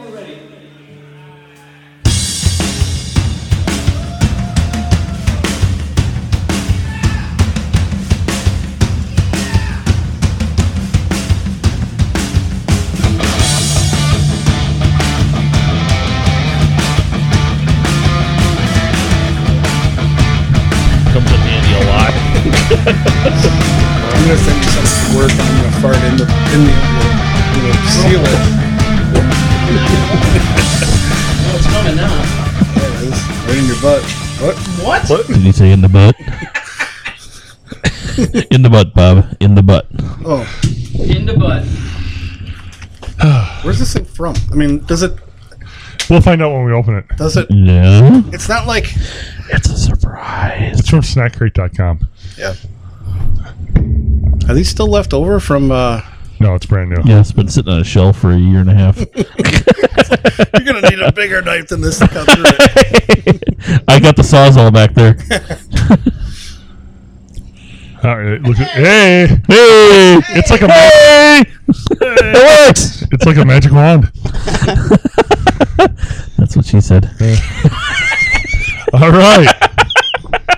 we're ready. Comes in handy a lot. I'm gonna send you something to work. and I'm gonna fart in the in the envelope. I'm gonna seal it. What's coming now? There it is. Right in your butt. What? What? Did he say in the butt? in the butt, Bob. In the butt. Oh, In the butt. where's this thing from? I mean, does it? We'll find out when we open it. Does it? No, It's not like. it's a surprise. It's from snackcrate.com. Yeah. Are these still left over from? uh No, it's brand new. Yeah, it's been sitting on a shelf for a year and a half. You're gonna need a bigger knife than this to cut through it. I got the sawzall back there. All right, look at hey, Hey, it's like a hey, it works. it's like a magic wand. That's what she said. All right,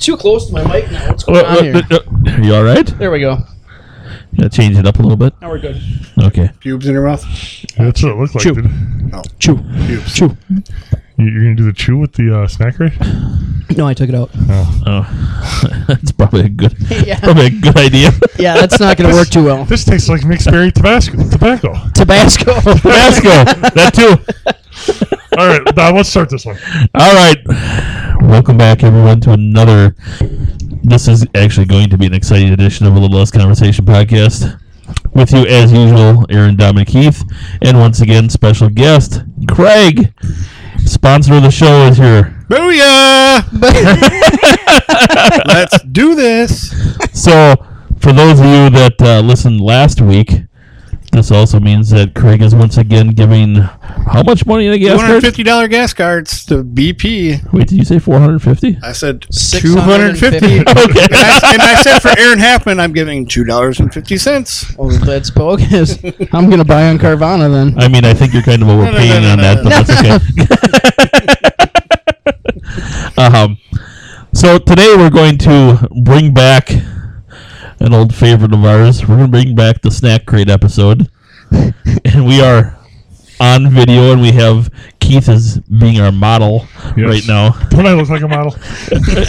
Too close to my mic now. What's going What- on here? what- what- uh, you all right? There we go. Gotta change it up a little bit. Now we're good. Okay. Pubes in your mouth. that's what it looked like. Chew. Dude. Chew, Pubes. chew. You- You're gonna do the chew with the uh, snack rate? No, I took it out. Oh, that's probably a good, Yeah. probably a good idea. Yeah, that's not going to work too well. This tastes like mixed berry Tabasco. Tobacco. Tabasco. Tabasco, that too. All right, Don, let's start this one. All right. Welcome back, everyone, to another. This is actually going to be an exciting edition of a Little Less Conversation podcast. With you, as usual, Aaron Dominic Keith, and once again, special guest, Craig. Sponsor of the show is here. Booyah! Let's do this. So, for those of you that uh, listened last week, this also means that Craig is once again giving how much money in a gas Two hundred card? fifty dollar gas cards to BP. Wait, did you say 450? I said two hundred 650. fifty. Okay. And I, and I said for Aaron Halfman, I'm giving two dollars and fifty cents. Oh, that's bogus. I'm going to buy on Carvana then. I mean, I think you're kind of no, overpaying no, on no, that, no, but that's okay. um, so today we're going to bring back an old favorite of ours. We're going to bring back the snack crate episode, and we are on video, and we have Keith as being our model Yes. right now. Uh, Don't I look like a model?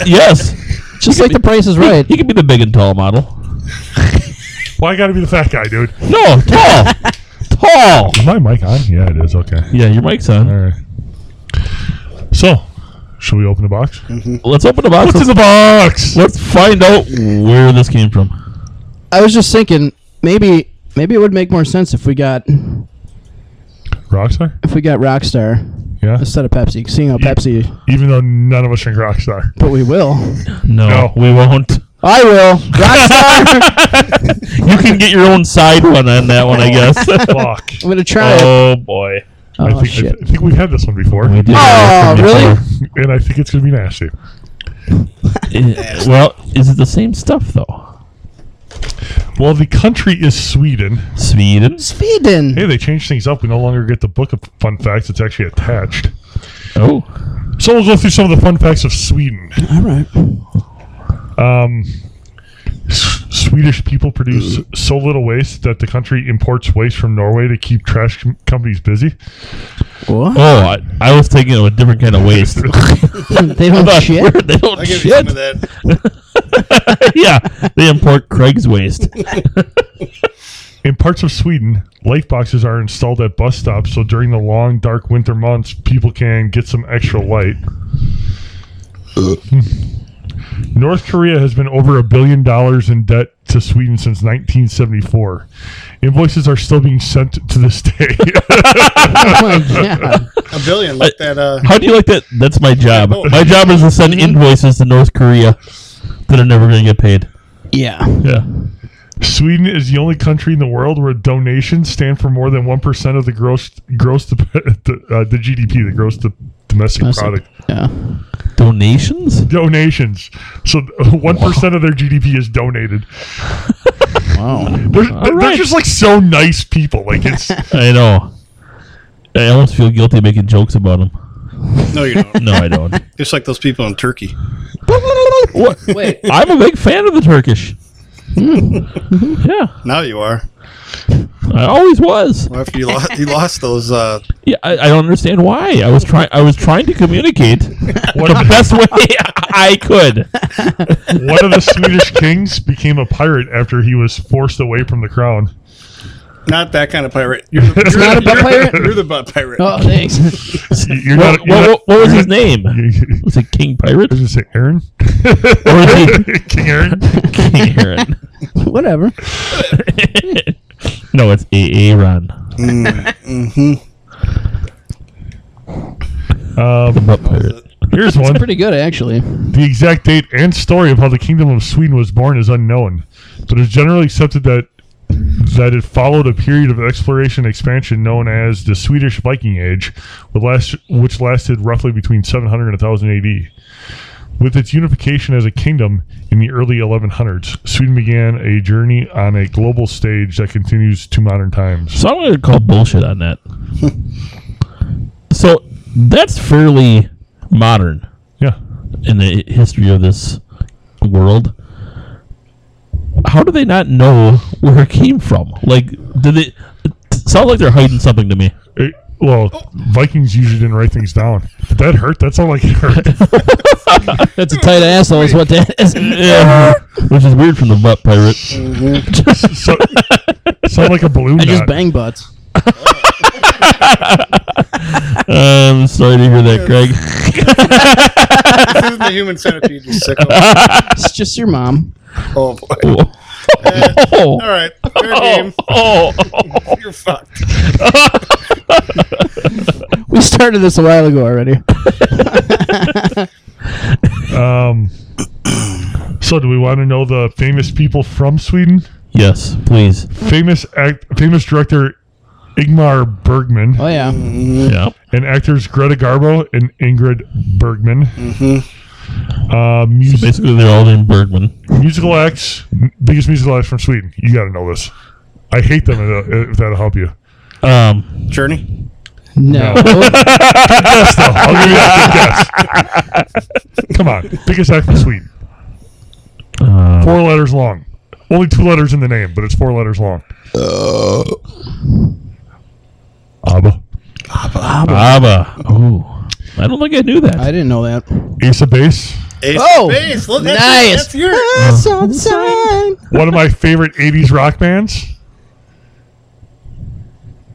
yes, Just like the price is right. he could be the big and tall model. Why I gotta be the fat guy, dude? No, tall, tall. Is my mic on? Yeah, it is. Okay. Yeah, your mic's on. All right. So, should we open the box? Let's open the box. What's in Let's, the box? let's find out where this came from. I was just thinking maybe maybe it would make more sense if we got Rockstar? if we got Rockstar Yeah. instead of Pepsi. Seeing how Pepsi, Even though none of us drink Rockstar. but we will. No, No. we won't. I will. Rockstar. You can get your own side one on that one, I guess. Fuck. I'm going to try it. oh boy. I, Oh think, I, shit. th- I think we've had this one before, We did Oh, that from really? and I think it's gonna be nasty. before. Eh, well, is it the same stuff though? Well, the country is Sweden. Sweden. Sweden. Hey, they changed things up. We no longer get the book of fun facts; it's actually attached. Oh, So we'll go through some of the fun facts of Sweden. All right. Um, S- Swedish people produce so little waste that the country imports waste from Norway to keep trash com- companies busy. What? oh, I, I was thinking of a different kind of waste. They don't shit. They don't I'll give you some shit. of that. yeah, they import Craig's waste. In parts of Sweden, life boxes are installed at bus stops, so during the long, dark winter months, people can get some extra light. Hmm. North Korea has been over a billion dollars in debt to Sweden since 1974. Invoices are still being sent to this day. Oh my god. A billion, like that. Uh, How do you like that? That's my job. Yeah, no. My job is to send invoices to North Korea that are never going to get paid. Yeah. Yeah. Sweden is the only country in the world where donations stand for more than one percent of the gross gross de- the, uh, the GDP, the gross de- domestic product. Yeah. Donations? Donations. So one of their GDP is donated. Wow. They're, they're right. just like so nice people. Like it's I know. I almost feel guilty making jokes about them. Uh, no, you don't. No, I don't. Just like those people in Turkey. what? Wait, I'm a big fan of the Turkish. Hmm. yeah, Now you are. I always was. Well, after you lost, you lost those. Uh, Yeah, I, I don't understand why. I was trying. I was trying to communicate the best way I could. one of the Swedish kings became a pirate after he was forced away from the crown. not that kind of pirate. You're the, you're not a the- butt you're- pirate? You're the butt pirate. Oh, thanks. You- You're What, not. You're what, not- what was you're his not- name? You- you- Was it King Pirate? I was gonna say Aaron. Or was he King Aaron. King Aaron? Whatever. no, it's Aaron. Um, Butt pirate. here's one. Pretty good actually. The exact date and story of how the kingdom of Sweden was born is unknown, but it's generally accepted that that it followed a period of exploration and expansion known as the Swedish Viking Age, with last, which lasted roughly between 700 and 1000 AD. With its unification as a kingdom in the early 1100s, Sweden began a journey on a global stage that continues to modern times. So I'm going to call bullshit on that. so that's fairly modern Yeah. in the history of this world. How do they not know where it came from? Like, did it? it sounds like they're hiding something to me. It- well, Vikings usually didn't write things down. Did that hurt? That sounded like it hurt. That's a tight asshole is what that is. Yeah, which is weird from the butt pirate. so, sound like a balloon. I just knot. bang butts. I'm sorry to hear that, Craig. This is the human centipede. You sicko. It's just your mom. Oh boy. oh, All right. Fair game. oh, You're fucked. We started this a while ago already. Um, so, do we want to know the famous people from Sweden? yes, please. Famous act, famous director Ingmar Bergman Oh yeah. Yeah. and actors Greta Garbo and Ingrid Bergman. Uh, mus- Basically, they're all named Bergman. musical acts, biggest musical acts from Sweden. You got to know this. I hate them. if that- If that'll help you, Um, Journey. No. I'll give you that good guess. Come on, biggest act from Sweden. uh, Four letters long. Only two letters in the name, but it's four letters long. ABBA. Abba. Oh, I don't think I knew that. I didn't know that. Ace of Base. Ace Oh, of base. Look, that's, nice. That's your. One of my favorite 80s rock bands.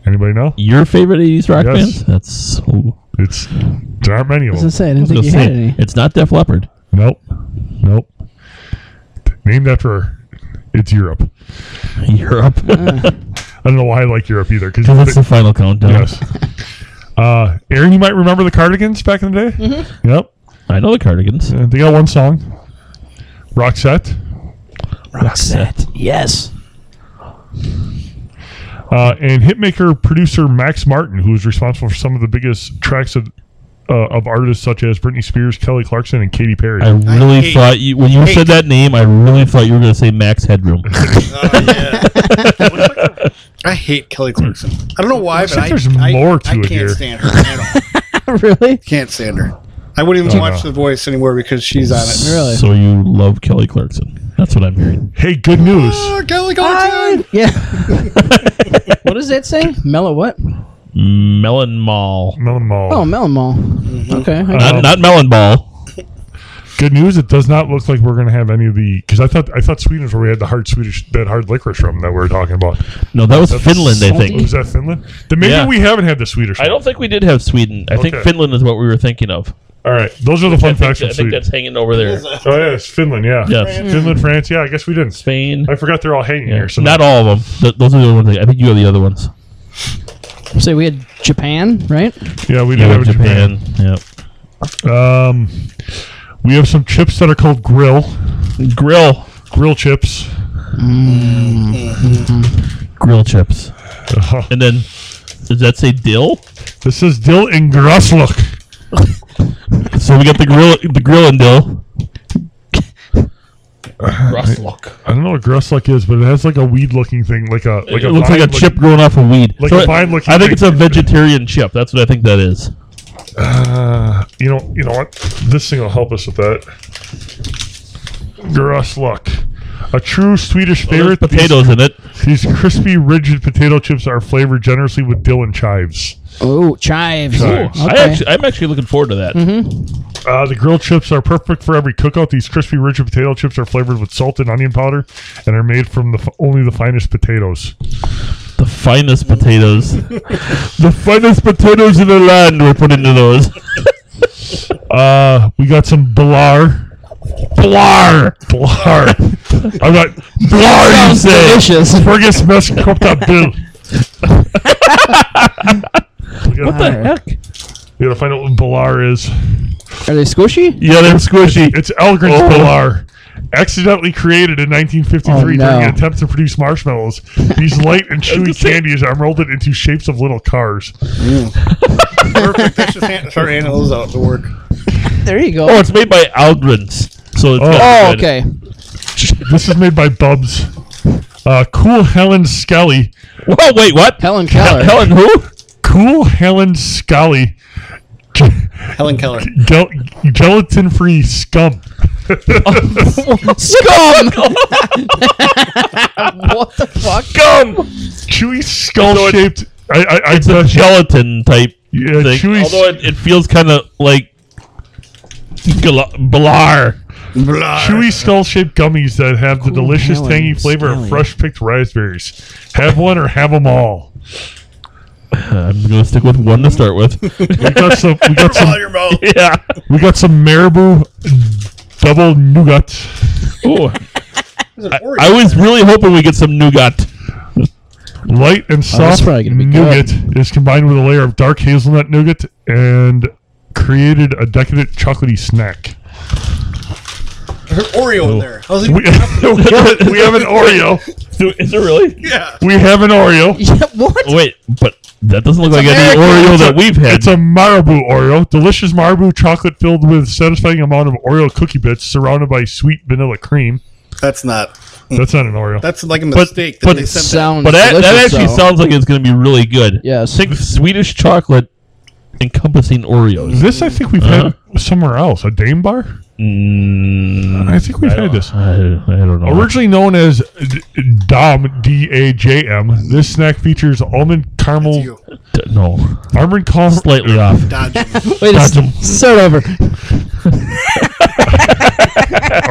Anybody know? Your favorite '80s rock Yes. bands? That's. Ooh. It's there aren't many of I was gonna them. say, I didn't I think was you gonna had say, any. It's not Def Leppard. Nope. Nope. Named after it's Europe. Europe. Ah. I don't know why I like Europe either. Because That's the final countdown. yes. Uh, Aaron, you might remember the Cardigans back in the day. Mm-hmm. Yep. I know the Cardigans. Uh, they got one song. Roxette. Roxette. Yes. Uh, and hitmaker producer Max Martin, who was responsible for some of the biggest tracks of uh, of artists such as Britney Spears, Kelly Clarkson, and Katy Perry. I really hate- thought you when you hate- said that name, I really thought you were going to say Max Headroom. Oh, yeah. I hate Kelly Clarkson. I don't know why, but like I, there's I, more to I it can't here. stand her at all. Oh, really? Can't stand her. I wouldn't Oh, even watch The Voice anymore because she's on it. Really? So you love Kelly Clarkson? That's what I'm hearing. hey, good news! Oh, Kelly Clarkson. Yeah. what does that say? Mellow what? Melon Mall, Um, Melon Mall. Oh, Mellow Mall. Okay. I not, not Melon Ball. Good news! It does not look like we're going to have any of the because I thought I thought Sweden is where we had the hard Swedish that hard licorice from that we were talking about. No, that was Finland, I think. Was that Finland? Then maybe Yeah. we haven't had the Swedish. I don't think we did have Sweden. I think Okay. Finland is what we were thinking of. All right, those are the fun I think, facts I from think Sweden. that's hanging over there. Oh yeah, it's Finland. Yeah, Yes. Finland, France. Yeah, I guess we didn't. Spain. I forgot they're all hanging Yeah. here. So Not all of them. Th- those are the other ones. I think you have the other ones. Say we had Japan, right? yeah, we Yeah, didn't with have Japan. Japan. Yep. Um, we have some chips that are called grill Grill. grill chips. Grill chips. And then, does that say dill? Uh-huh. this is dill and grasslok. So we got the grill, the grill and dill. I don't know what grasslok is, but it has like a weed-looking thing, like a like It a looks like a vine-looking- chip growing off a weed. like So a I- vine-looking I think it's a thing. vegetarian chip. That's what I think that is. Uh, you know, you know what? This thing will help us with that. Grasslok, a true Swedish There's favorite. these- potatoes in it. These crispy, rigid potato chips are flavored generously with dill and chives. Oh, chives. Chives. Ooh, I okay. Mm-hmm. actually, I'm actually looking forward to that. Uh, the grilled chips are perfect for every cookout. These crispy, rigid potato chips are flavored with salt and onion powder, and are made from the f- only the finest potatoes. The finest potatoes. the finest potatoes in the land were put into those. Uh, we got some blar, blar, blar. I got blar. You Sounds say? delicious. Fergus mess cropped up bill. we gotta, the heck? we gotta find out what blar is. Are they squishy? Yeah, they're squishy. It's Elgrin's Pilar. Accidentally created in 1953 Oh, no. during an attempt to produce marshmallows, these light and chewy saying- candies are molded into shapes of little cars. Perfect. That's just hand, start handing those out to work. There you go. Oh, it's made by Aldrin's. So it's Oh. gotta Oh, be good. okay. This is made by Bubs. Uh, cool Helen Skelly. Well, wait, what? Helen Keller. Helen who? Cool Helen Skelly. Helen Keller. Gel- gelatin free scum. Scum. what the fuck? Gum. Chewy skull shaped. I, I, I It's a gelatin type yeah, thing. chewy. Although it, it feels kind of like gala- blar. chewy skull shaped gummies that have the delicious Helen tangy flavor Skelly. of fresh picked raspberries. Have one or have them all. I'm gonna stick with one to start with. We got some. We got some. yeah. We got some Marabou double nougat. Ooh. I, I was really hoping we get some nougat. Light and soft probably gonna be nougat is combined with a layer of dark hazelnut nougat and created a decadent chocolatey snack. There's an Oreo in there. How's it? We, we have, we have an Oreo. Do- Is it really? yeah. We have an Oreo. Yeah, what? Wait, but that doesn't look like any American. Oreo It's that a- we've had. It's a Marabou Oreo, delicious Marabou chocolate filled with satisfying amount of Oreo cookie bits, surrounded by sweet vanilla cream. That's not. That's not an Oreo. That's like a But- mistake but that they it sent. Sounds but that, that delicious, actually though. sounds like it's gonna be really good. Yes. Think Swedish chocolate encompassing Oreos. this I think we've had somewhere else. A Dame bar. Mm, I think we've had this. I, I don't know. Originally known as D- Dom D A J M, this snack features almond to caramel, you. D- no, almond caramel, slightly off. Dodge. Wait, a s- Dodge 'em. start over.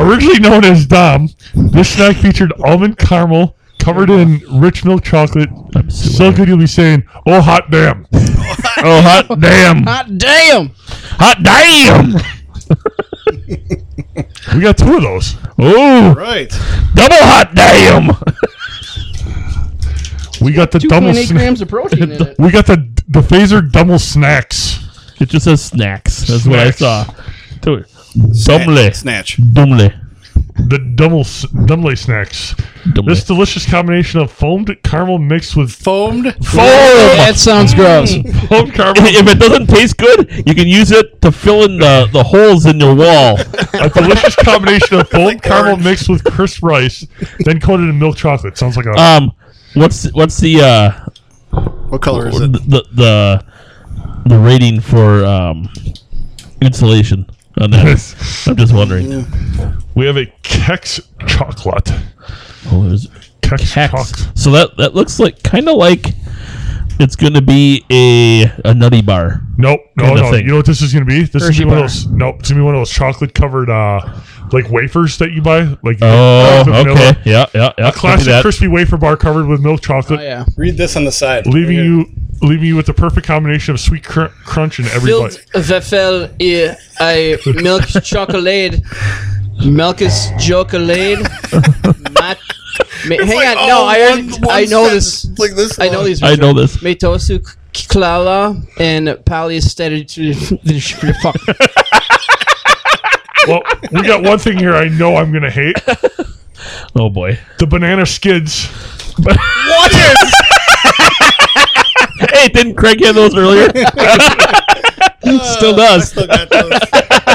originally known as Dom. This snack featured almond caramel covered in rich milk chocolate. I'm So so good you'll be saying, "Oh hot damn! oh hot damn, Hot damn. hot damn! We got two of those." Oh, right. double hot damn! We got the double. 2.8 Sna- grams of protein in it. we got the the phaser double snacks. It just says snacks. That's Snacks. what I saw. Dude, Dumble. Snatch. Dumble. The double s- double snacks. Dumble. This delicious combination of foamed caramel mixed with Foamed. Foam! That sounds gross. foamed caramel. If it doesn't taste good, you can use it to fill in the, the holes in your wall. A delicious combination of foamed Like caramel orange. mixed with crisp rice, then coated in milk chocolate. Sounds like a. Um, what's what's the uh What color is it? the the the rating for um insulation on that? I'm just wondering. we have a Kex chocolate. Oh, there's Kex, Hex. chocolate. So that that looks like kind of like it's gonna be a a nutty bar. Nope, no, Kinda no. thing. You know what this is going to be? This is Hershey gonna be one of bar. those. Nope, it's going to be one of those chocolate covered, uh, like wafers that you buy. Like Oh, with vanilla. okay, yeah, yeah, yeah. A classic crispy wafer bar covered with milk chocolate, Oh, yeah. Read this on the side. leaving you leaving you with the perfect combination of sweet cr- crunch in every Wild bite. Waffel i ei Milk Chocolade. Milk is chocolate. Mat- ma- hang like on, all no, I already, one- one I know sentence, this. like this I know long. these. I know this. Metosu Klala and Polyester. Fuck. Well, we got one thing here I know I'm going to hate Oh boy. the banana skids. Hey, didn't Craig have those earlier? Still does. Oh, Still got those.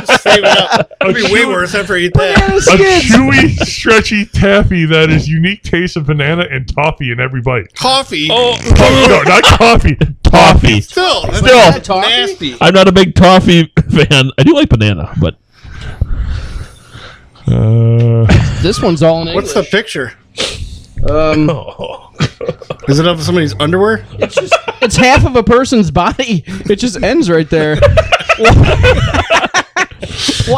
Just Save it up. It'd be way chew- worse after I eat that. A chewy, stretchy taffy that is unique taste of banana and toffee in every bite. Coffee. Oh, no, not coffee. Toffee. Still. that's Still. Toffee? Nasty. I'm not a big toffee fan. I do like banana, but Uh, This one's all in English. What's the picture? um, Is it of somebody's underwear? it's, just, it's half of a person's body. It just ends right there.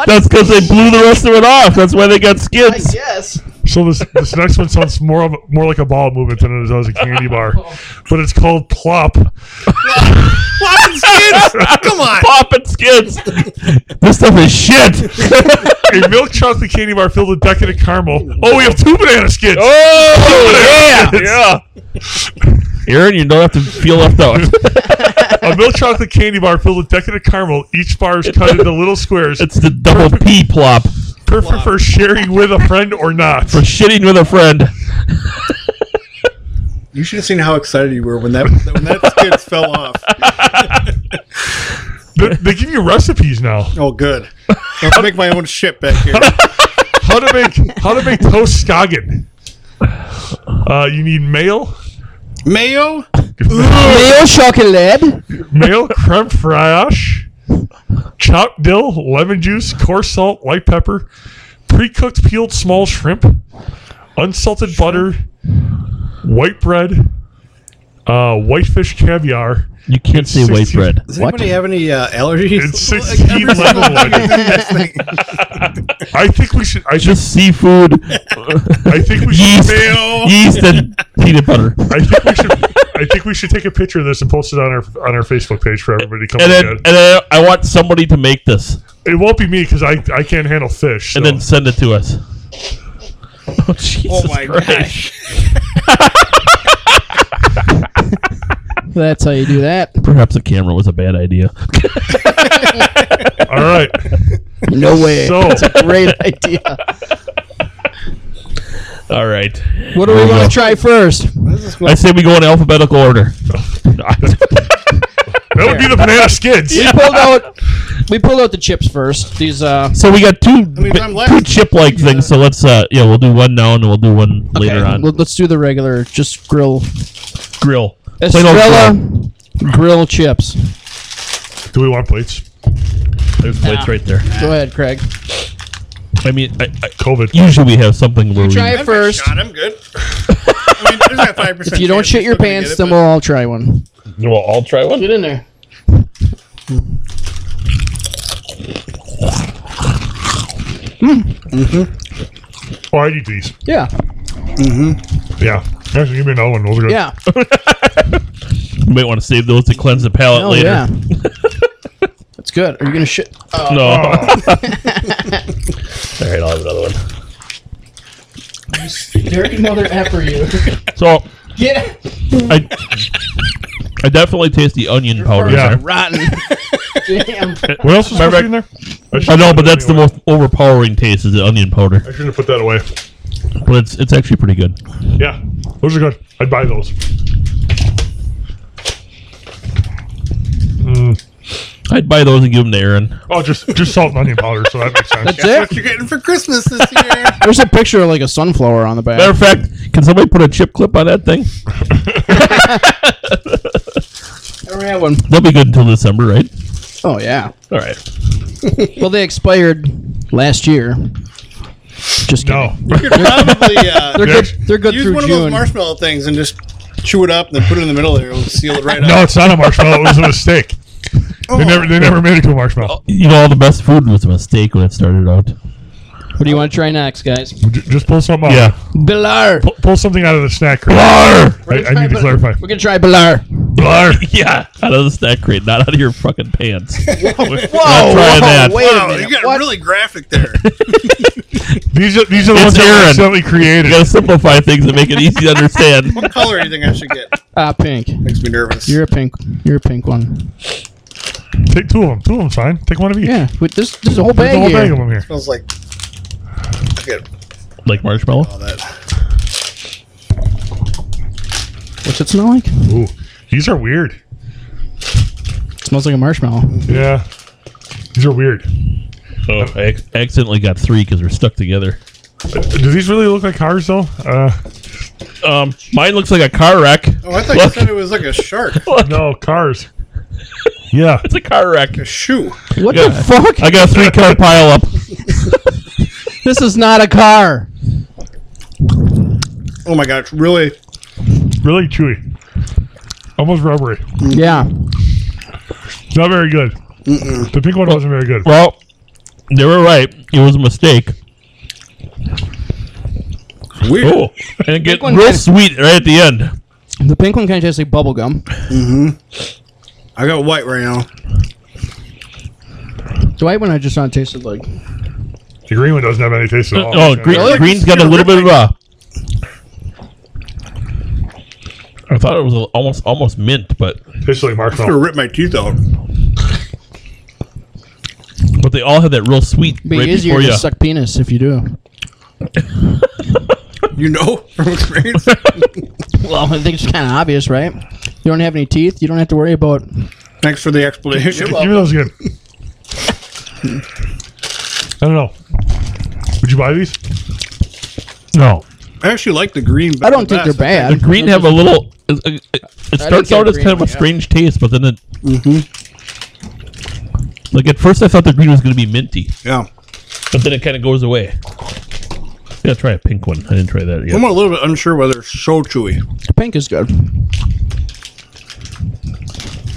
that's because they blew the rest of it off. That's why they got skids. Yes. so this this next one sounds more of more like a ball movement than it does a candy bar, but it's called plop. Poppin' skins? Come on. Popping skids. this stuff is shit. A milk chocolate candy bar filled with decadent caramel. Oh, we have two banana skids. Oh Two banana skids. yeah, Aaron, you don't have to feel left out. A milk chocolate candy bar filled with decadent caramel. Each bar is cut into little squares, it's the double P plop for perfect for sharing with a friend or not. shitting with a friend. You should have seen how excited you were when that when that skids fell off. They, they give you recipes now. Oh, good. I'll make my own shit back here. how to make how to make toast scoggin. Uh, you need mail, Mayo? Mayo chocolate. mail, creme fraiche, chopped dill, lemon juice, coarse salt, white pepper, pre-cooked peeled small shrimp, unsalted butter, white bread, uh, whitefish caviar, You can't say white 16 bread. Does anybody have any uh, allergies? and sixteen lemon wedges. I think we should. I should. Just seafood, I think we should. yeast, Mayo. yeast, and peanut butter. I think we should. I think we should take a picture of this and post it on our on our Facebook page for everybody to come And look then, at it. and then I want somebody to make this It won't be me because I, I can't handle fish. and so. then send it to us. Oh Jesus Christ! That's how you do that. Perhaps a camera was a bad idea. all right. No way. So Great idea. All right. What do we There you want go. to try first? I say we go in alphabetical order. that would be the banana skids. We pulled out. We pulled out the chips first. These uh. So we got two mean, I'm two last. chip like things. So let's uh yeah we'll do one now and we'll do one later on. Well, let's do the regular, just grill. grill. Plain old grill. Estrella grill chips. Do we want plates? There's plates right there. Go ahead, Craig. I mean, I, I, COVID. usually we have something where we Try it I'm first. first. Shot, I'm good. I mean, there's that 5% If you don't chance shit I'm your still gonna pants, get it, then but- we'll all try one. well I'll try one. Get in there. Oh, I need these. Yeah. Yeah. Actually, give me another one. Those are good. Yeah. You might want to save those to cleanse the palate Oh later. yeah. That's good. Are you gonna shit? No. All Oh, right, I'll have another one. Dirty mother after you. So Yeah. I I definitely taste the onion powder. Yeah. there. Rotten. Damn. What else is supposed to be in there? I should- know, but that's the anyway. most overpowering taste is the onion powder. I shouldn't have put that away. But it's it's actually pretty good. Yeah. Those are good. I'd buy those. Mm. I'd buy those and give them to Aaron. Oh, just just salt and onion powder, so that makes sense. That's it. What you're getting for Christmas this year? There's a picture of like a sunflower on the Matter back. of fact, can somebody put a chip clip on that thing? I already have one. That'll be good until December, right? Oh yeah. All right. Well, they expired last year. Just kidding. No. You could probably uh, They're good. They're good use through one of those June. marshmallow things and just chew it up and then put it in the middle there. It'll seal it right No, up. it's not a marshmallow. It was a mistake. Oh. They never they never made it to a marshmallow. You know, all the best food was a mistake when it started out. What do you want to try next, guys? J- just pull something out. Oh. Yeah. Bilar. Pull, pull something out of the snack crate. Blar! I, I need to clarify. We're gonna try Bilar. Blar! Yeah. Out of the snack crate, not out of your fucking pants. Whoa, trying that. whoa, wait Wow, a minute. you got What? really graphic there. These are these are the It's ones that Aaron. were accidentally created. You gotta simplify things and make it easy to understand. what color do you think I should get? Ah, pink. Makes me nervous. You're a pink. You're a pink one. Take two of them. Two of them's fine. Take one of each. Yeah. With this, there's a whole There's a bag whole bag here. of them here. smells like. Forget Like marshmallow? all that. What's it smell like? It Ooh, these are weird. smells like a marshmallow. Yeah, these are weird. Oh, I ac- accidentally got three because we're stuck together. Uh, Do these really look like cars though? Uh, Um, mine looks like a car wreck. Oh, I thought you Look. said it was like a shark. no cars. Yeah, It's a car wreck. A shoe. What Yeah. the fuck? I got a three car pile up. this is not a car. Oh my god, it's really. really chewy. Almost rubbery. Yeah. Not very good. The pink one wasn't very good. Well, they were right. It was a mistake. Weird. Oh, and it get one real kinda- sweet right at the end. The pink one kind of tastes like bubble gum. I got white right now. The white one I just saw tasted like. The green one doesn't have any taste at all. Oh, green, green's got a little bit of a. I thought it was a- almost almost mint, but Tastes like I'm gonna marshmallow. rip my teeth out. but they all had that real sweet Be right easier before to you. suck penis if you do. You know from experience. Well, I think it's kind of obvious, right? You don't have any teeth. You don't have to worry about. Thanks for the explanation. Give me those again. I don't know. Would you buy these? No. I actually like the green. I don't think they're The bad. green have a little. It, it, it starts get out as green Mm-hmm. kind of a one, yeah. strange taste, but then it. Like at first, I thought the green was going to be minty, Yeah. but then it kind of goes away. Yeah, try a pink one. I didn't try that yet. I'm a little bit unsure whether it's so chewy. Pink is good.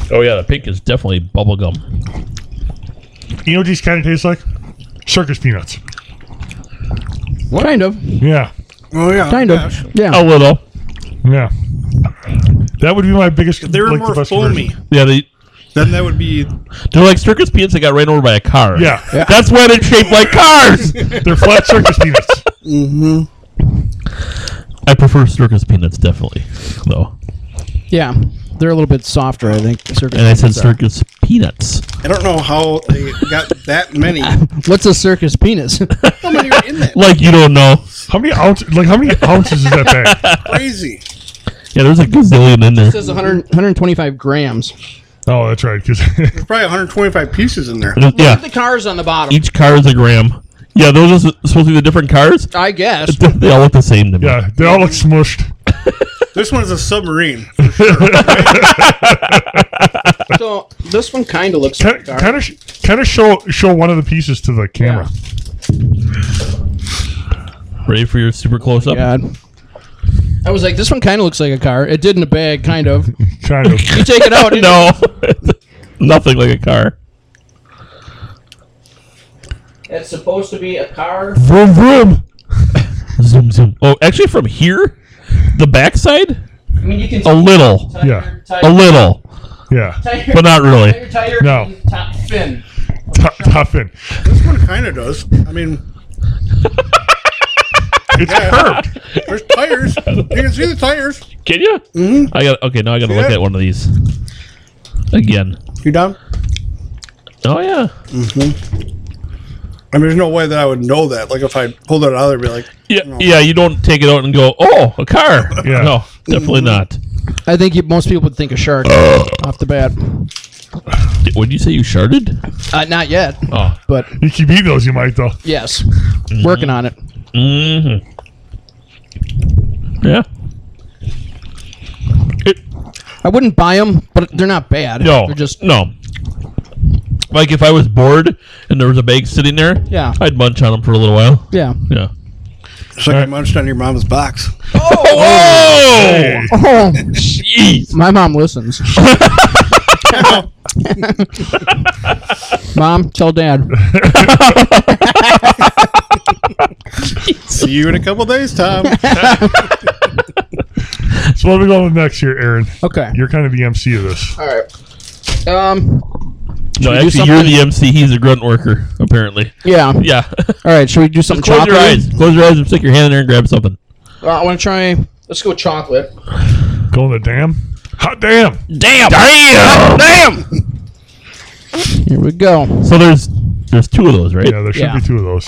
Oh yeah, the pink is definitely bubblegum. You know what these kind of taste like? Circus peanuts. Kind of. Yeah. Oh yeah. Kind of. Gosh. A Oh. Yeah. little. Yeah. That would be my biggest. They were like, the more best foamy. version. Yeah, they Then that would be. they're like circus peanuts that got ran over by a car. Yeah. that's why they're shaped like cars. They're flat circus peanuts. I prefer circus peanuts definitely, though. Yeah. They're a little bit softer, I think. Circus And I said peanuts are. circus peanuts. I don't know how they got that many. What's a circus penis? How many are in that? Like you don't know. How many ounces? Like how many ounces is that bag? Crazy. Yeah, there's a gazillion in there. It says 100, 125 grams. Oh, that's right. Because There's probably 125 pieces in there. Yeah, The car's on the bottom. each car is a gram. Yeah, those are s- supposed to be the different cars. I guess. They all look the same to me. yeah, they all look smushed. This one's a submarine. So this one kind of looks like a Kind car. of, kind of show show one of the pieces to the camera. Ready for your super close up? God. I was like, this one kind of looks like a car. It did in a bag, kind of. You Kind of. take it out. no. No, nothing like a car. It's supposed to be a car. Vroom vroom. zoom zoom. Oh, actually, from here, the backside, I mean, you can. a little, Yeah. a little, Yeah. but not really. Tire, tire, No. and Top fin. Top, top in. this one kind of does. I mean, It's curved. there's tires. You can see the tires. Can you? Mm-hmm. I got okay. Now I got to look Yeah. at one of these again. You down? Oh yeah, I mean, there's no way that I would know that. Like, if I pulled it out, I'd be like, yeah, yeah. You don't take it out and go, oh, a car. Yeah. No, definitely not. I think you, most people would think a shark off the bat. Would you say you sharded? Uh, not yet, Oh, but You keep eating those, you might though. yes. Mm-hmm. Working on it. hmm Yeah. It, I wouldn't buy them, but they're not bad. no. They're just. no. Like if I was bored and there was a bag sitting there, Yeah. I'd munch on them for a little while. Yeah. Yeah. it's like I munched on your mama's box. Oh! Hey. Oh, Jeez. my mom listens. mom, tell dad. you in a couple days, Tom. So what are we going with next here, Aaron? Okay. You're kind of the MC of this. All right. Um. No, we do actually, you're something- the MC. He's a grunt worker, apparently. Yeah. All Yeah. right. Should we do something? Close your chocolatey? eyes. Close your eyes and stick your hand in there and grab something. Uh, Well, I want to try. Let's go chocolate. Going to damn. Hot damn. Damn! Damn! Damn! Here we go. So there's there's two of those, right? Yeah, there should Yeah. be two of those.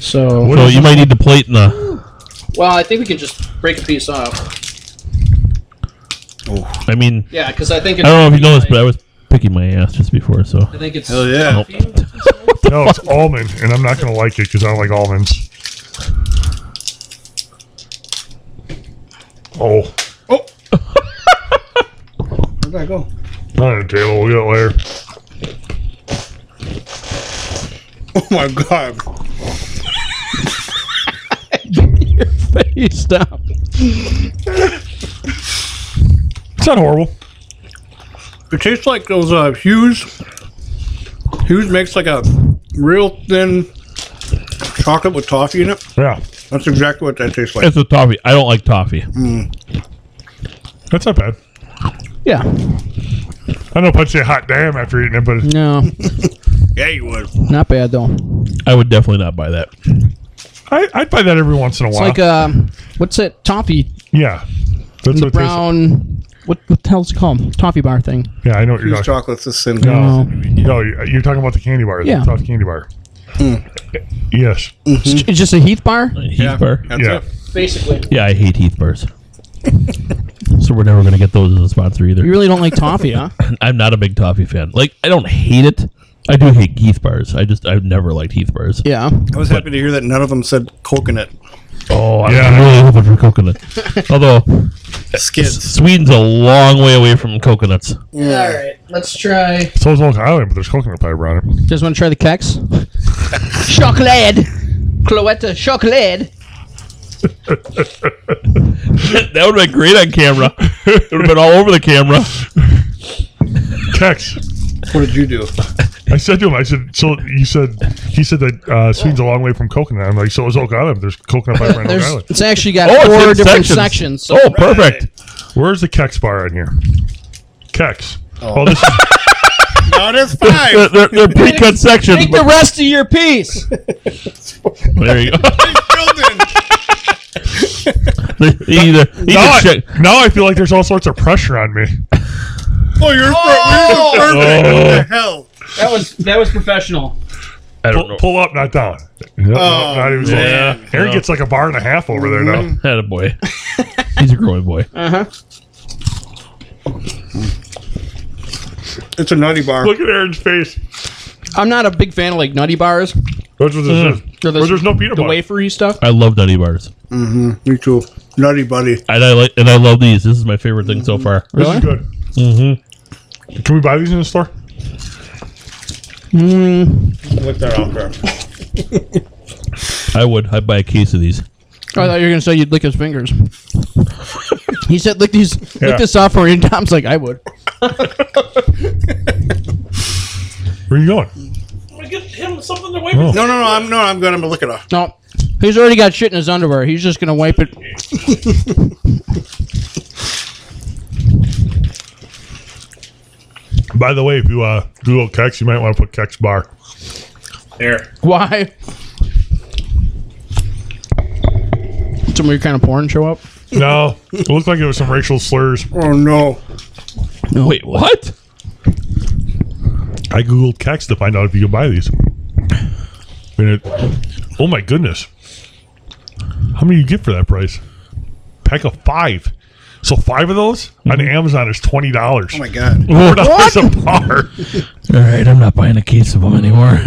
So What So is you this? might need the plate and uh, the. Well, I think we can just break a piece off. I mean, Yeah, because I think I don't know if you know this, but I was picking my ass just before, so. I think it's Hell yeah. Nope. No, it's almond, and I'm not gonna like it because I don't like almonds. Oh, Where'd I go? not on the table. We'll get it later. oh my god. you stop. It's not horrible. It tastes like those uh, Hughes. Hughes makes like a real thin chocolate with toffee in it. Yeah, That's exactly what that tastes like. It's with toffee. I don't like toffee. that's not bad. Yeah. I don't know if I'd say hot damn after eating it, but No. yeah, you would. Not bad though. It's I would definitely not buy that. I, I'd buy that every once in a while. like um, what's it? Toffee. yeah, that's what The it tastes like. brown. What what the hell's it called? Toffee bar thing. Oh. Yeah, I know what you're Hughes talking. chocolate's the same. No, Oh. no, you- you're talking about the candy bar. Yeah. the soft candy bar. Mm. Yes. It's ju- It's just a Heath bar. Heath Yeah, bar? That's Yeah. it. basically. Yeah, I hate Heath bars. so we're never going to get those as a sponsor either. You really don't like toffee, huh? I'm not a big toffee fan. Like, I don't hate it. I do hate Heath bars. I just, I've never liked Heath bars. Yeah. I was happy to hear that none of them said coconut. Oh, I'm Yeah. really hoping for coconut. Although, Skids. Sweden's a long way away from coconuts. All right. Let's try. So is Long Island, but there's coconut fiber on it. Just want to try the keks. Chocolate. Cloetta chocolate. that would have been great on camera. it would have been all over the camera. Kex. What did you do? I said to him, I said, so you said, he said that uh, Sweden's a long way from coconut. I'm like, so is Long Island. but There's coconut fiber on Long There's, Island. it's actually got Oh, it's four in different sections. sections. so- Oh, perfect. Where's the Kex bar on here? Kex. Oh, this is, No, that's They're, five. they're, they're pre-cut sections. Take the rest of your piece. but- there you go. Children. they, they either, they now, either I, check- now I feel like there's all sorts of pressure on me. Oh, you're oh! perfect. What the hell? That was that was professional. I don't Pull, know. pull up, not down. Yep, no, Uh, not even close. yeah. Aaron No. gets like a bar and a half over there now. Had a boy. He's a growing boy. It's a nutty bar. Look at Aaron's face. I'm not a big fan of like nutty bars. That's what this is. Or those- Where there's no peanut the butter. wafery stuff. I love nutty bars, Me too. Nutty buddy. and I like and I love these. This is my favorite thing so far. This is good. Mm-hmm. Can we buy these in the store? Look that out there. I would. I'd buy a case of these. Oh, I thought you were gonna say you'd lick his fingers. he said, "Lick these, Yeah. lick this off for you." And Tom's like, "I would." Where are you going? Get him something to wait. No, no, no. I'm no. I'm gonna look it up. No, he's already got shit in his underwear. He's just gonna wipe it. By the way, if you uh, Google Kex, you might want to put Kex bar. Why? Some weird kind of porn show up. No, it looked like it was some racial slurs. Oh no. Wait, what? I googled Kex to find out if you could buy these. And it, oh my goodness, how many you get for that price? Pack of five. So five of those on Amazon is twenty dollars. Oh my god. Four dollars a bar. All right, I'm not buying a case of them anymore.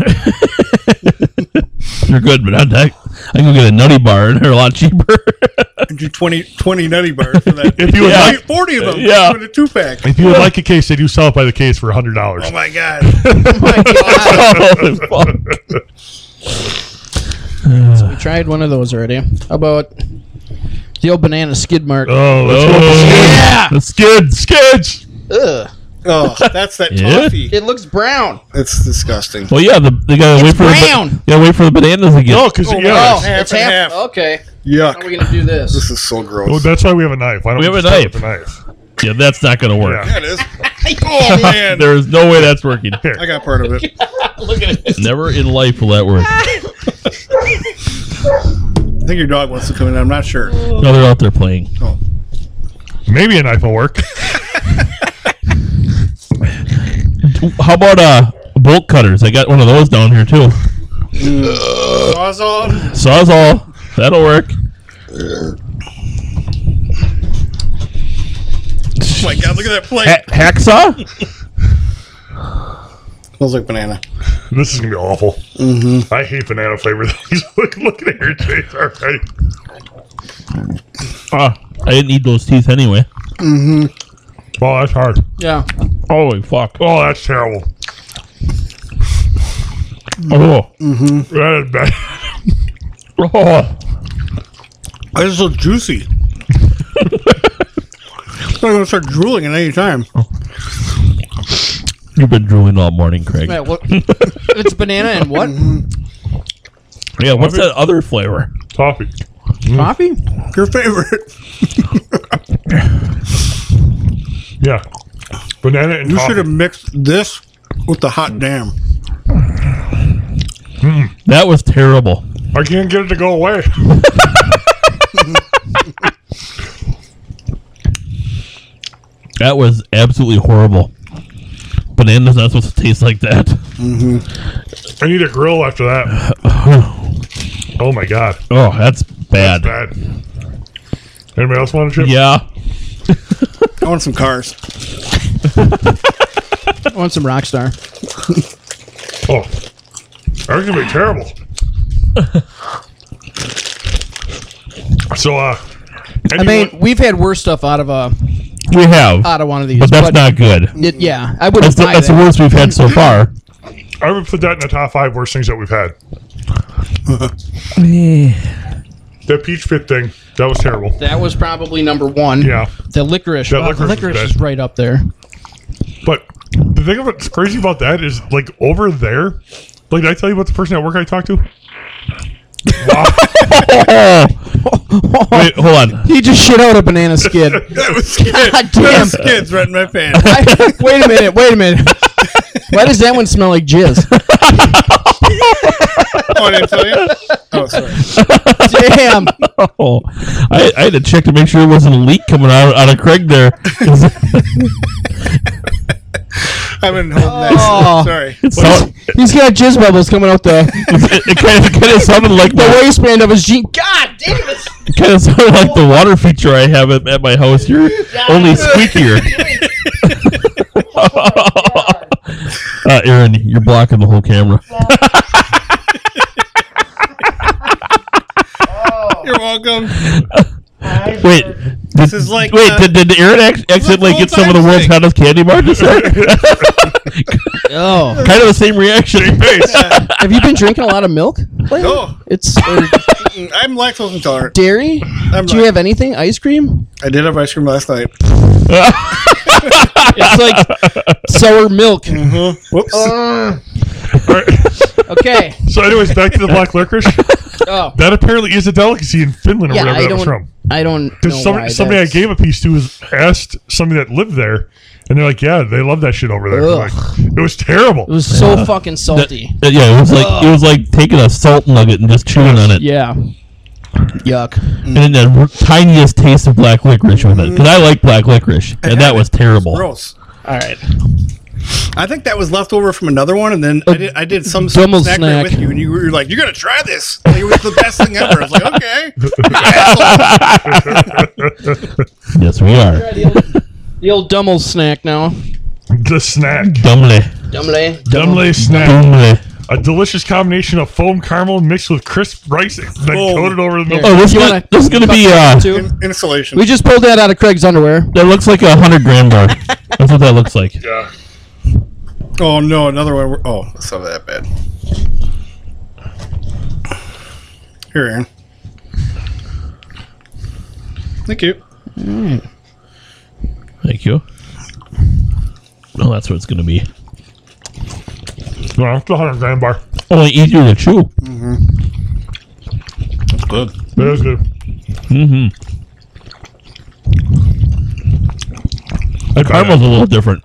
They're good, but I'd, I I can go get a nutty bar, and they're a lot cheaper. Do 20, 20 nutty bars for that. If you would Yeah. I like, ate forty of them. Yeah. With a two pack. if you would like a case, they do sell it by the case for hundred dollars. Oh my god. Holy fuck. Oh We tried one of those already. How about Oh, the old banana skid mark? Oh, let's go. The skid, skids. Ugh. Oh, that's that Yeah. toffee. It looks brown. It's disgusting. Well, yeah, the, they gotta wait for the brown. ba- gotta wait for the bananas again. Oh, because yeah, oh, half it's and half. half. Okay. How are Yuck. we gonna do this? This is so gross. Well, that's why we have a knife. Why don't We we, have a just knife. start with a knife? Yeah, that's not gonna Yeah. work. Yeah, it is. Oh man, there is no way that's working. I got part of it. Look at it. Never in life will that work. I think your dog wants to come in. I'm not sure. Oh. No, they're out there playing. Maybe a knife will work. How about uh bolt cutters? I got one of those down here too. Sawzall. Sawzall, that'll work. Oh my god, look at that plate. Ha- hacksaw? Smells like banana. this is gonna be awful. Mm-hmm. I hate banana flavored things. look, look at your teeth already. Ah, I didn't need those teeth anyway. Oh, that's hard. Yeah. Holy fuck! Oh, that's terrible. Oh, That is bad. oh. This is so juicy. I'm gonna start drooling at any time. Oh. you've been drooling all morning, Craig. Wait, what? it's banana and what? Yeah, what's that other flavor? Toffee. Coffee? Your favorite. Yeah. Banana and You toffee. should have mixed this with the hot damn. That was terrible. I can't get it to go away. That was absolutely horrible. Banana's not supposed to taste like that. I need a grill after that. Oh my god. Oh, that's bad. Bad. Anybody else want a chip? Yeah. I want some cars. I want some Rockstar. Oh. That's gonna be terrible. so uh I anyone- mean, we've had worse stuff out of a We have. out of one of these. but that's not good. it- yeah, I wouldn't That's, the, buy that's the that. worst we've had so far. I would put that in the top five worst things that we've had. That peach pit thing, that was terrible. That was probably number one. Yeah. The licorice. That wow, licorice the licorice was is bad. right up there. But the thing about- that's crazy about that is, like, over there, like, did I tell you about the person at work I talked to? Wow. Wait, hold on. He just shit out a banana skid. That was kids. God damn. kids right in my pants. I- wait a minute. Wait a minute. Why does that one smell like jizz? Oh, I didn't tell you. Oh, sorry. Damn. Oh, I, I had to check to make sure it wasn't a leak coming out, out of Craig there. 'Cause I've been holding that. Oh. Sorry. it, sound- He's got jizz bubbles coming out the, it, it kind of, kind of sounded like the the, waistband of his jean. God damn it! kind of sounded like the water feature I have at, at my house. You're only squeakier. uh, Aaron, you're blocking the whole camera. You're welcome. Wait, this is like, wait. uh, did, did Aaron ac- accidentally full get some of the time world's thing. hottest candy bar just there? Oh. kind of the same reaction. Have you been drinking a lot of milk? lately? No, It's or I'm lactose intolerant. dairy. I'm Do you not- have anything? Ice cream? I did have ice cream last night. It's like sour milk. Whoops. Okay. so, anyways, back to the black licorice. Oh, That apparently is a delicacy in Finland or Yeah, wherever I that was don't- from. I don't know Because somebody, why somebody I that's- gave a piece to was asked somebody that lived there, and they're like, "Yeah, they love that shit over there." Ugh. Like, it was terrible. It was so fucking salty. Uh, yeah, it was like it was like taking a salt nugget and just chewing on it, Yeah. Yuck. and then the r- tiniest taste of black licorice with it. Because I like black licorice, and that was terrible. Gross. All right. I think that was left over from another one, and then I did, I did some Dummel snack, snack. with you, and you were like, "You gotta try this." Like, it was the best thing ever. I was like, "Okay." Asshole. Yes, we are. The old- The old Dummel snack now. The snack, Dumbly, Dumbly. Dumley snack, dumbly. a delicious combination of foam caramel mixed with crisp rice that Whoa. coated over the milk. Oh, this, You gonna, wanna- this is gonna be uh, Two. In- insulation. We just pulled that out of Craig's underwear. that looks like a hundred gram bar. That's what that looks like. Yeah. oh no, another one. Oh, it's not that bad. Here, Aaron. Thank you. Thank you. Well, that's what it's going to be. Well, it's a 100 grand bar. Only easier to chew. That's good. That is good. Mm-hmm. The caramel's a little different.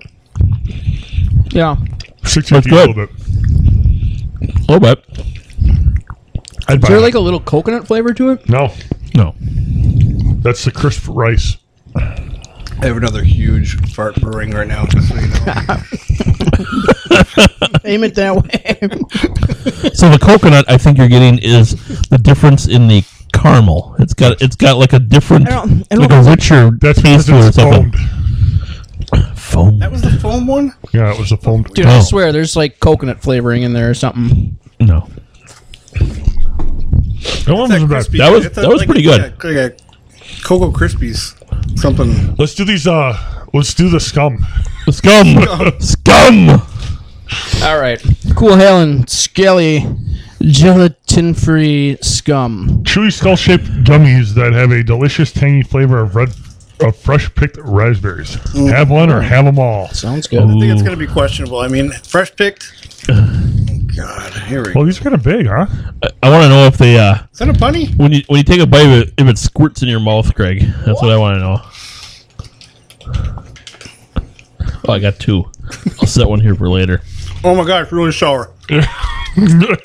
Yeah. 650 a That's little bit. A little bit. I'd Is buy there it. like a little coconut flavor to it? no, No. that's the crisp rice. I have another huge fart brewing right now, just so you know. Aim it that way. So the coconut I think you're getting is the difference in the caramel. It's got it's got like a different I don't- I don't like a richer That's because taste to it or it's something. foamed. Foam. That was the foam one? Yeah, it was a foamed. Dude, Oh. I swear there's like coconut flavoring in there or something. No. Oh. That one wasn't bad. That was- that was pretty good. Like a Cocoa Krispies, something. Let's do these. Uh, let's do the scum. Scum! Scum! All right. Cool Halen Skelly gelatin free scum. Chewy skull shaped gummies that have a delicious tangy flavor of red, of fresh picked raspberries. Mm. Have one or have them all. Sounds good. I think it's going to be questionable. I mean, fresh picked. Oh, God, here we go. Well, these are kind of big, huh? I want to know if they uh Is that a bunny? when you when you take a bite of it if it squirts in your mouth, Greg. That's what I want to know. Oh, I got two. I'll set one here for later. Oh my gosh, ruined shower. it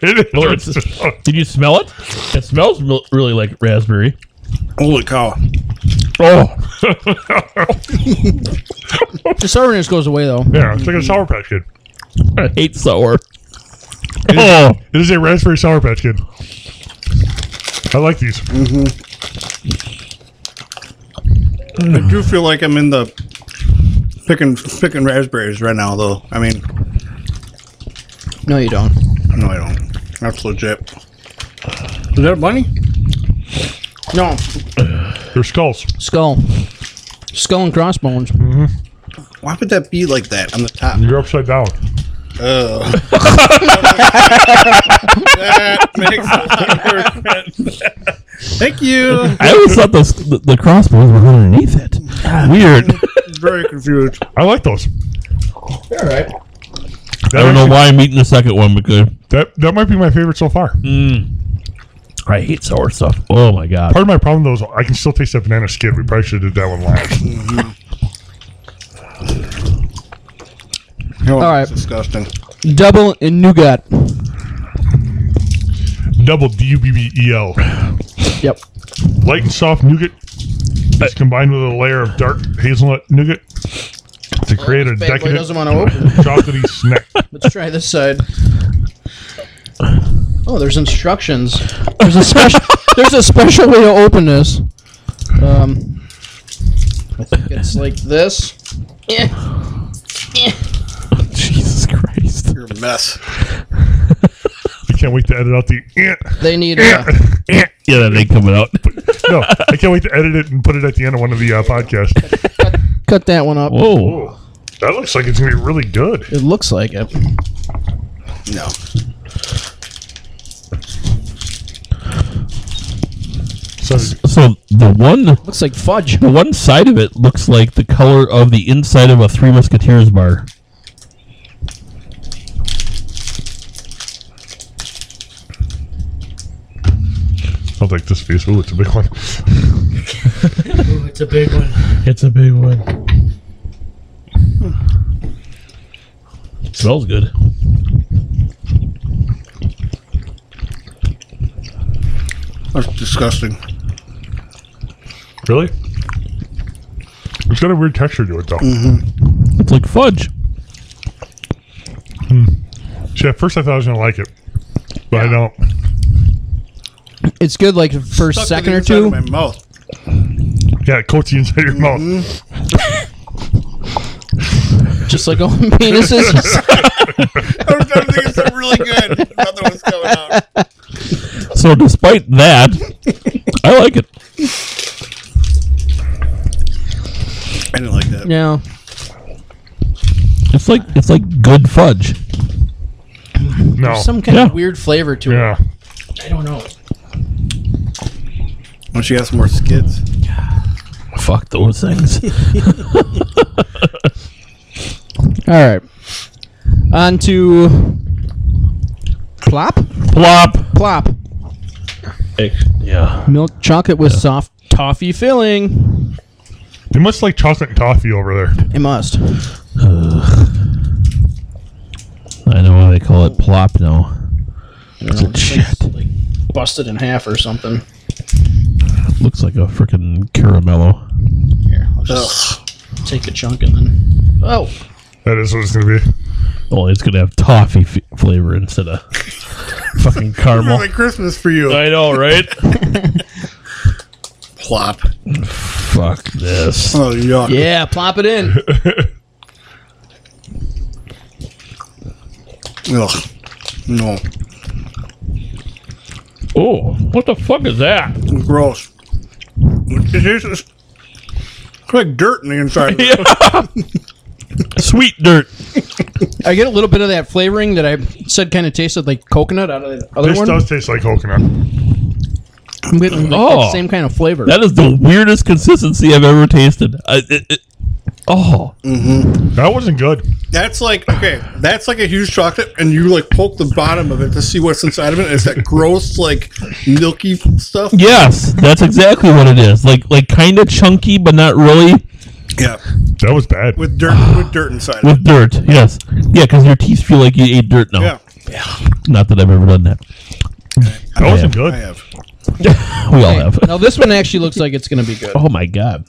is. it's- Did you smell it? It smells re- really like raspberry. Holy cow. Oh, The sourness goes away though. Yeah, it's like a sour patch kid. I hate sour. Oh, it is a raspberry sour patch kid. I like these. I do feel like I'm in the picking picking raspberries right now, though. I mean, No, you don't. no, I don't. That's legit. Is that a bunny? No. They're skulls. Skull. Skull and crossbones. Why would that be like that on the top? You're upside down. Ugh. that makes a lot of sense. Thank you. I always thought those, the, the crossbones were underneath it. Weird. Very confused. I like those. All right. That I don't know actually- why I'm eating the second one because That that might be my favorite so far. I hate sour stuff. Oh my god. Part of my problem though is I can still taste that banana skid. We probably should have did that one last. All right. Disgusting. Double in nougat. Double D U B B E L. Yep. Light and soft nougat is combined with a layer of dark hazelnut nougat to create a Bad boy doesn't decadent want to open. chocolatey snack. Let's try this side. Oh, there's instructions. There's a special. there's a special way to open this. Um, I think it's like this. Eh. Jesus Christ. You're a mess. I can't wait to edit out the. Eh, They need. Uh, eh. Yeah, that ain't coming out. No, I can't wait to edit it and put it at the end of one of the uh, podcasts. cut that one up. Whoa. Ooh, that looks like it's gonna be really good. It looks like it. No. So So the one Looks like fudge. the one side of it looks like the color of the inside of a Three Musketeers bar. I'll take this piece. Ooh, it's a big one. It's a big one. It's a big one. Smells good. That's disgusting. Really? It's got a weird texture to it though. It's like fudge. See, at first I thought I was gonna like it, but I don't. It's good like the first Stuck to second the or inside two. of My mouth. Yeah, it coats you inside your Mm-hmm. mouth. Just like all penises. I was trying to think of something really good. Nothing was coming out. So despite that, I like it. I didn't like that. yeah. It's like it's like good fudge. No. Some kind Yeah. of weird flavor to it. yeah. I don't know. Once you got some more skids. Fuck those things. All right. On to plop, Plop. plop. Yeah. Milk chocolate with soft toffee filling. They must like chocolate and toffee over there. It must. I know why they call it plop now. It's a shit. Like busted in half or something. Looks like a freaking caramello. Here, I'll just take a chunk and then. Oh, That is what it's gonna be. Oh, it's gonna have toffee f- flavor instead of fucking caramel. Merry Christmas for you. I know, right? Plop. Fuck this. Oh, yuck. yeah, plop it in. Ugh. No. Oh, what the fuck is that? Gross. It tastes it's like dirt in the inside. of it. Sweet dirt. I get a little bit of that flavoring that I said kind of tasted like coconut out of the other This one. does taste like coconut. I'm getting like, Oh. that same kind of flavor. That is the weirdest consistency I've ever tasted. I, it, it, oh, That wasn't good. That's like okay. That's like a huge chocolate, and you like poke the bottom of it to see what's inside of it. And it's that gross, like milky stuff. yes, that's exactly what it is. Like, like kind of chunky, but not really Yeah, That was bad. with dirt, with dirt inside. Of it. with dirt. Yes, yeah, because your teeth feel like you ate dirt now. Yeah, Not that I've ever done that. That wasn't I good. have. We all have. now this one actually looks like it's gonna be good. Oh my god.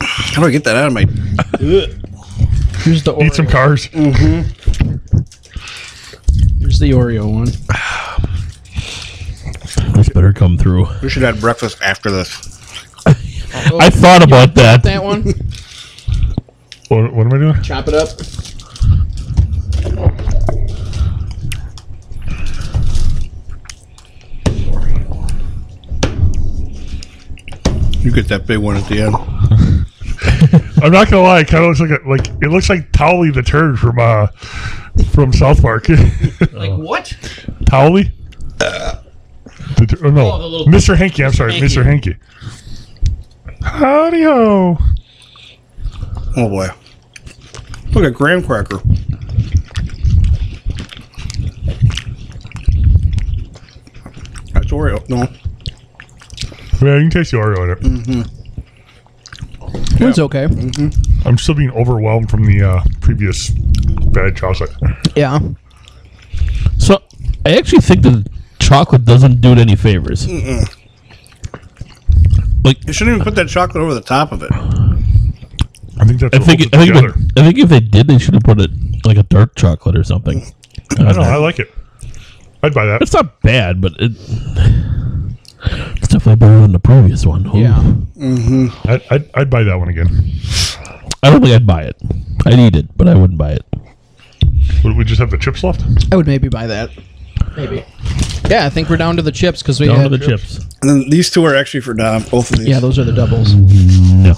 How do I get that out of my? Here's the Oreo. Eat some cars. Here's the Oreo one. This better come through. We should have breakfast after this. I thought about that. That one. What, what am I doing? Chop it up. You get that big one at the end. I'm not gonna lie. It kind of looks like a, like it looks like Towley the turd from uh from South Park. Oh. Like what? Uh. Towley. The tur- oh, no, Oh, the little- Mr. Hanky. I'm sorry, Hanky. Mr. Hanky. Howdy ho. Oh boy. Look at graham cracker. That's Oreo. No. Yeah, you can taste the Oreo in it. Mm. One's okay. I'm still being overwhelmed from the uh, previous bad chocolate. Yeah. So I actually think the chocolate doesn't do it any favors. Like You shouldn't even put that chocolate over the top of it. I think that's. I what think holds it I think, together. if- I think if they did, they should have put it like a dark chocolate or something. I don't know. I like it. I'd buy that. It's not bad, but it, it's definitely better than the previous one. Ooh. Yeah. I'd, I'd, I'd buy that one again. I don't think I'd buy it. I'd eat it, but I wouldn't buy it. Would we just have the chips left? I would maybe buy that. Maybe. Yeah, I think we're down to the chips because we Down had to the chips. And then these two are actually for Dom. Both of these. Yeah, those are the doubles. No,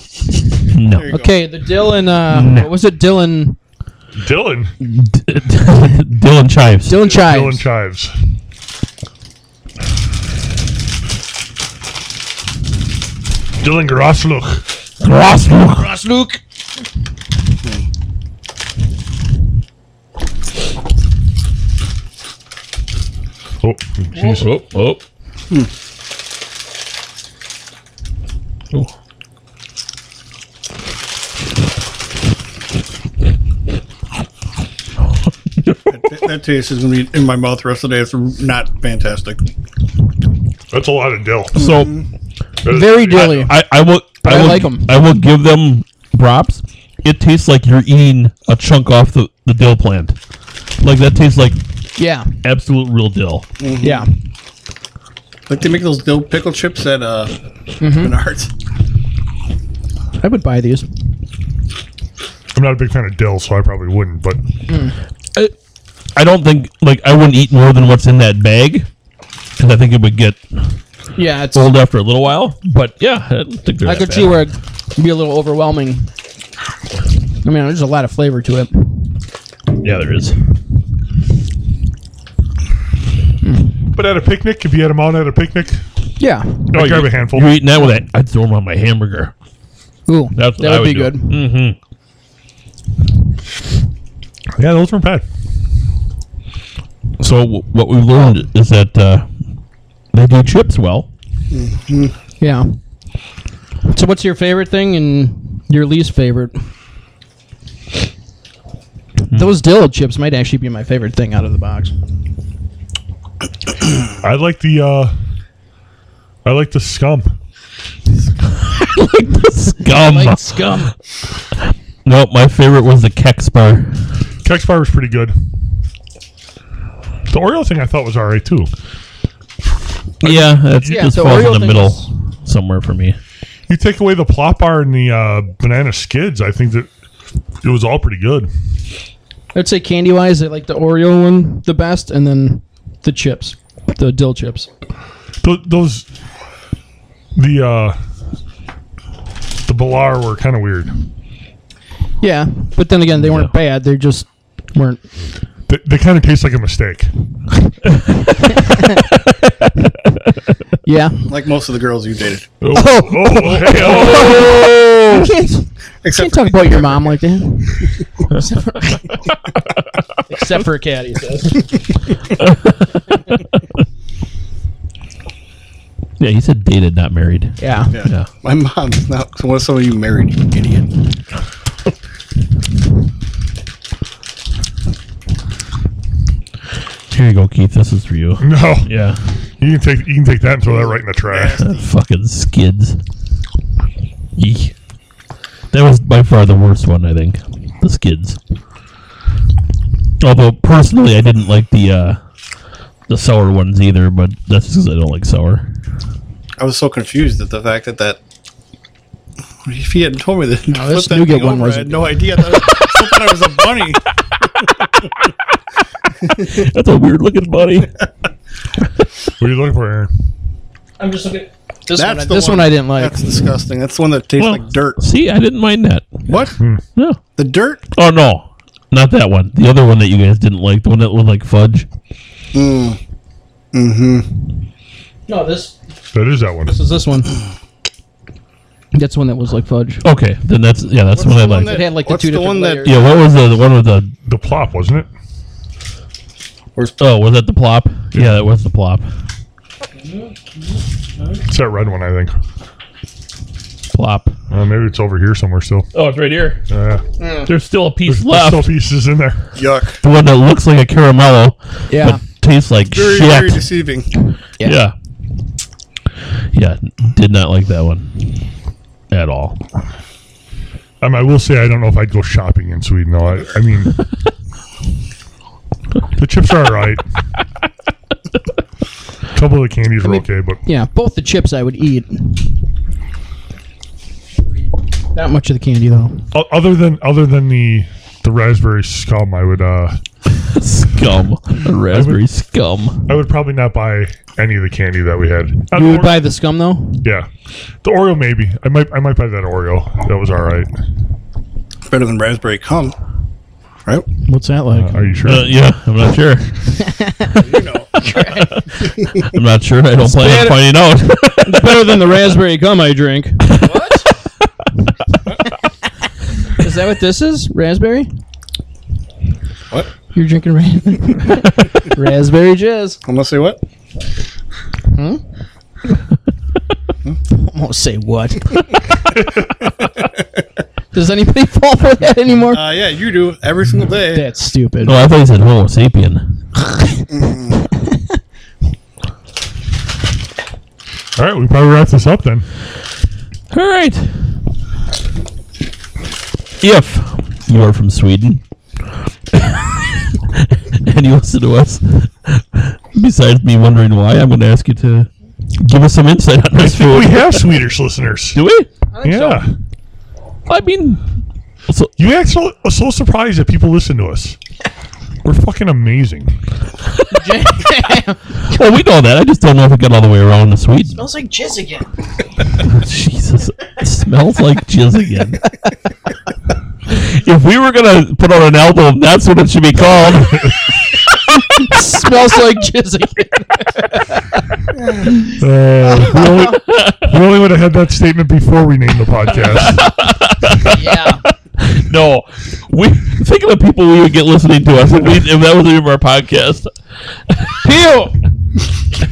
no. Okay, the Dylan. Uh, What was it? Dylan. Dylan. Dylan chives. Dylan Chives. Dylan Chives. Dylan Grasluch. Ross- Ross Luke. Oh, jeez. Oh, oh. That taste is going to be in my mouth the rest of the day. It's not fantastic. That's a lot of dill. So That is- Very dilly. I, I will. I, I will, like 'em. I will give them props. It tastes like you're eating a chunk off the, the dill plant. Like that tastes like Yeah. absolute real dill. Yeah. Like they make those dill pickle chips at uh, Mm-hmm. Menards. I would buy these. I'm not a big fan of dill, so I probably wouldn't. But I, I don't think like I wouldn't eat more than what's in that bag because I think it would get Yeah, it's. old after a little while. But yeah, I don't think they're I that could bad. see where it'd be a little overwhelming. I mean, there's a lot of flavor to it. Yeah, there Oh, is. but at a picnic, if you had them out at a picnic, Yeah. I'd grab you- a handful. You're eating that with that? I'd throw them on my hamburger. Ooh, That's what that I would be do. good. Mm-hmm. Yeah, those weren't bad. So w- what we've learned is that uh, they do chips well. Yeah. So, what's your favorite thing and your least favorite? Hmm. Those Dilla chips might actually be my favorite thing out of the box. I like the uh, I like the scump. like the scum. Like scum. no, my favorite was the Kex bar. Kex bar was pretty good. The Oreo thing I thought was alright too. Yeah, that's Yeah, just the falls Oreo in the thing middle was- somewhere for me. You take away the plop bar and the uh, banana skids, I think that it was all pretty good. I'd say candy wise, I like the Oreo one the best, and then the chips, the dill chips. Th- those the uh, the Balar were kind of weird. Yeah, but then again, they weren't bad. They just weren't. They, they kind of taste like a mistake. Yeah. Like most of the girls you dated. Oh, oh, hey, oh. You can't, you Except can't for talk about your mom like that. Except for a cat, he says. Yeah, he said dated, not married. Yeah. Yeah. My mom's not. So what some of you married, you idiot? Here you go, Keith. This is for you. no, Yeah, you can take you can take that and throw that right in the trash. fucking skids. Eek. That was by far the worst one, I think. The skids. Although personally, I didn't like the uh, the sour ones either, but that's because I don't like sour. I was so confused at the fact that that. If he hadn't told me that, No, this flip that nougat thing one over, I wasn't had no idea. I thought, I thought I was a bunny. That's a weird looking bunny. What are you looking for, Aaron? I'm just looking. This, That's one, I- the this one. one. I didn't like. That's disgusting. That's the one that tastes like dirt. See, I didn't mind that. What? hmm. No. The dirt? Oh no, not that one. The other one that you guys didn't like, the one that looked like fudge. No, this That is that one. was this one. That's one that was like fudge. Okay, then that's yeah, that's the one I the one liked. that- It had like the What's two the different one that- layers. yeah, what was the, the one with the The plop wasn't it? oh was that the plop? Yeah, that was the plop. It's that red one, I think. Plop. Uh, maybe it's over here somewhere still. Oh, it's right here. Uh, There's still a piece there's left. still pieces in there. Yuck. the one that looks like a caramello Yeah. tastes like Very, shit. very deceiving. yeah. Yeah, did not like that one at all. Um, I will say I don't know if I'd go shopping in Sweden though. I, I mean, the chips are all right. A couple of the candies were okay, but Yeah, both the chips I would eat. Not much of the candy though. o- other than other than the the raspberry scum, I would uh Scum. Raspberry scum. I would probably not buy any of the candy that we had. Uh, You the would Ore- buy the scum though. yeah, the Oreo maybe. I might I might buy that Oreo. That was all right. Better than raspberry cum. Right? What's that like? Are you sure? Uh, yeah, I'm not sure. I'm not sure. I don't plan on finding out. Better than the raspberry gum I drink. What? is that what this is? Raspberry? What? You're drinking ra- raspberry jizz. I'm going to say what? I won't say what. Does anybody fall for that anymore? Uh, yeah, you do. Every single day. That's stupid. Oh, I thought you said Homo sapien. All right, we probably wrap this up then. All right. If you are from Sweden and you listen to us, besides me wondering why, I'm going to ask you to give us some insight on this We food. have Swedish listeners. Do we? Yeah, I mean, so, you act so, so surprised that people listen to us. We're fucking amazing. well, we know that. I just don't know if it got all the way around to Sweden. Smells like jizz again. Jesus, it smells like jizz again. if we were gonna put out an album, that's what it should be called. smells like jizz. Uh, we, only, we only would have had that statement before we named the podcast. yeah. No, we think of the people we would get listening to us if, we, if that was the name of our podcast. Pew.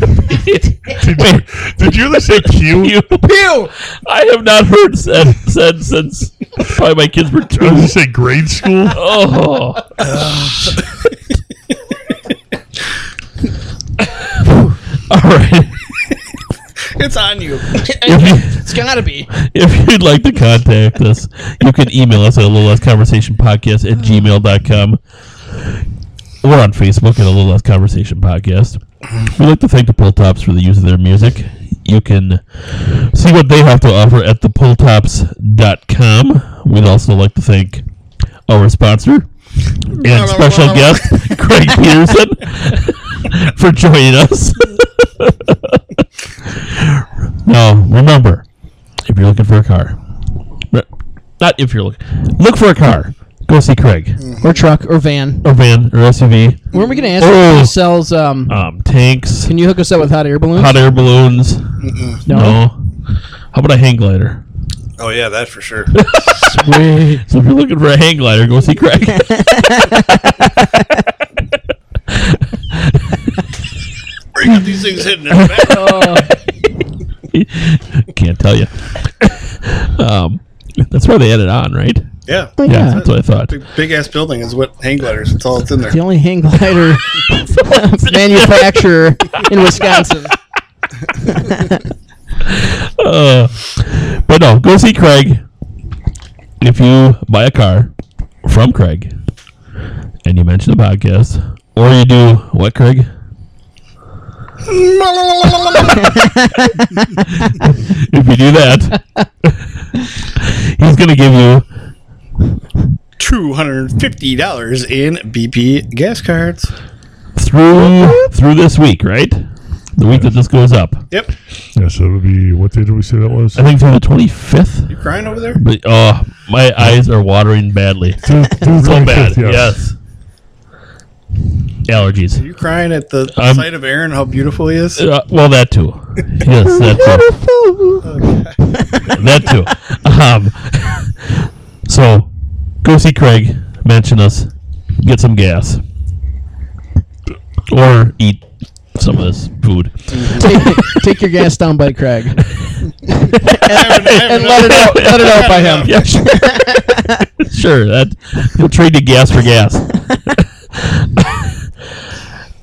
Wait, Did you really say Pew? you. Pew. I have not heard said said since probably my kids were I was two. gonna say grade school. Oh, all right. It's on you. If you- It's gotta be. If you'd like to contact us, you can email us at a little less conversation podcast at gmail.com. We're on Facebook at a little less conversation podcast. We'd like to thank the Pulltops for the use of their music. You can see what they have to offer at thepulltops.com. We'd also like to thank our sponsor and special guest, Craig Peterson, for joining us. now, remember, if you're looking for a car. But Not if you're looking. Look for a car. Go see Craig Or truck or van. or van or SUV. Weren't we gonna ask Oh. if he sells um Um, tanks, can you hook us up with hot air balloons? hot air balloons. No. How about a hang glider? Oh yeah, that's for sure. So if you're looking for a hang glider, go see Craig. Where you got these things hidden in the back? Can't tell you. um, that's where they added on, right? Yeah. Yeah, that's what I thought. Big, big ass building is what hang gliders. That's all that's in there. The only hang glider manufacturer in Wisconsin. Uh, but no, go see Craig. If you buy a car from Craig and you mention the podcast, or you do what, Craig? if you do that, he's going to give you Two hundred fifty dollars in BP gas cards. through through this week, right? The week that this goes up. Yep. Yeah, so it would be what day did we say that was? I think through the 25th. You crying over there? But, oh, my eyes are watering badly. Through- through the So 25th, bad. yeah. Yes. Allergies. You crying at the I'm- sight of Aaron? How beautiful he is. Uh, well, that too. Yes, that too. that too. Um, so, go see Craig. Mention us. Get some gas, or eat some of this food. take, take your gas down by Craig. and let it out, let it out by him. Yeah, sure. sure. That you'll trade your gas for gas.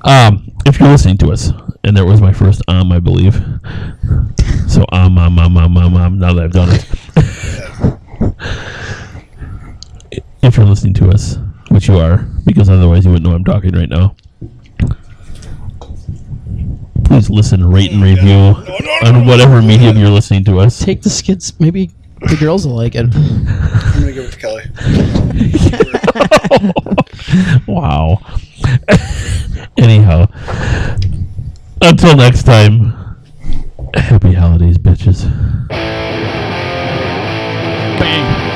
um, if you're listening to us, and that was my first um, I believe. So um, um, um, um, um, um. Now that I've done it, if you're listening to us, which you are, because otherwise you wouldn't know I'm talking right now. Please listen, rate, and review on whatever medium you're listening to us. Take the skids. Maybe the girls will like it. I'm gonna give it to Kelly. wow. Anyhow, until next time, happy holidays, bitches. Bang.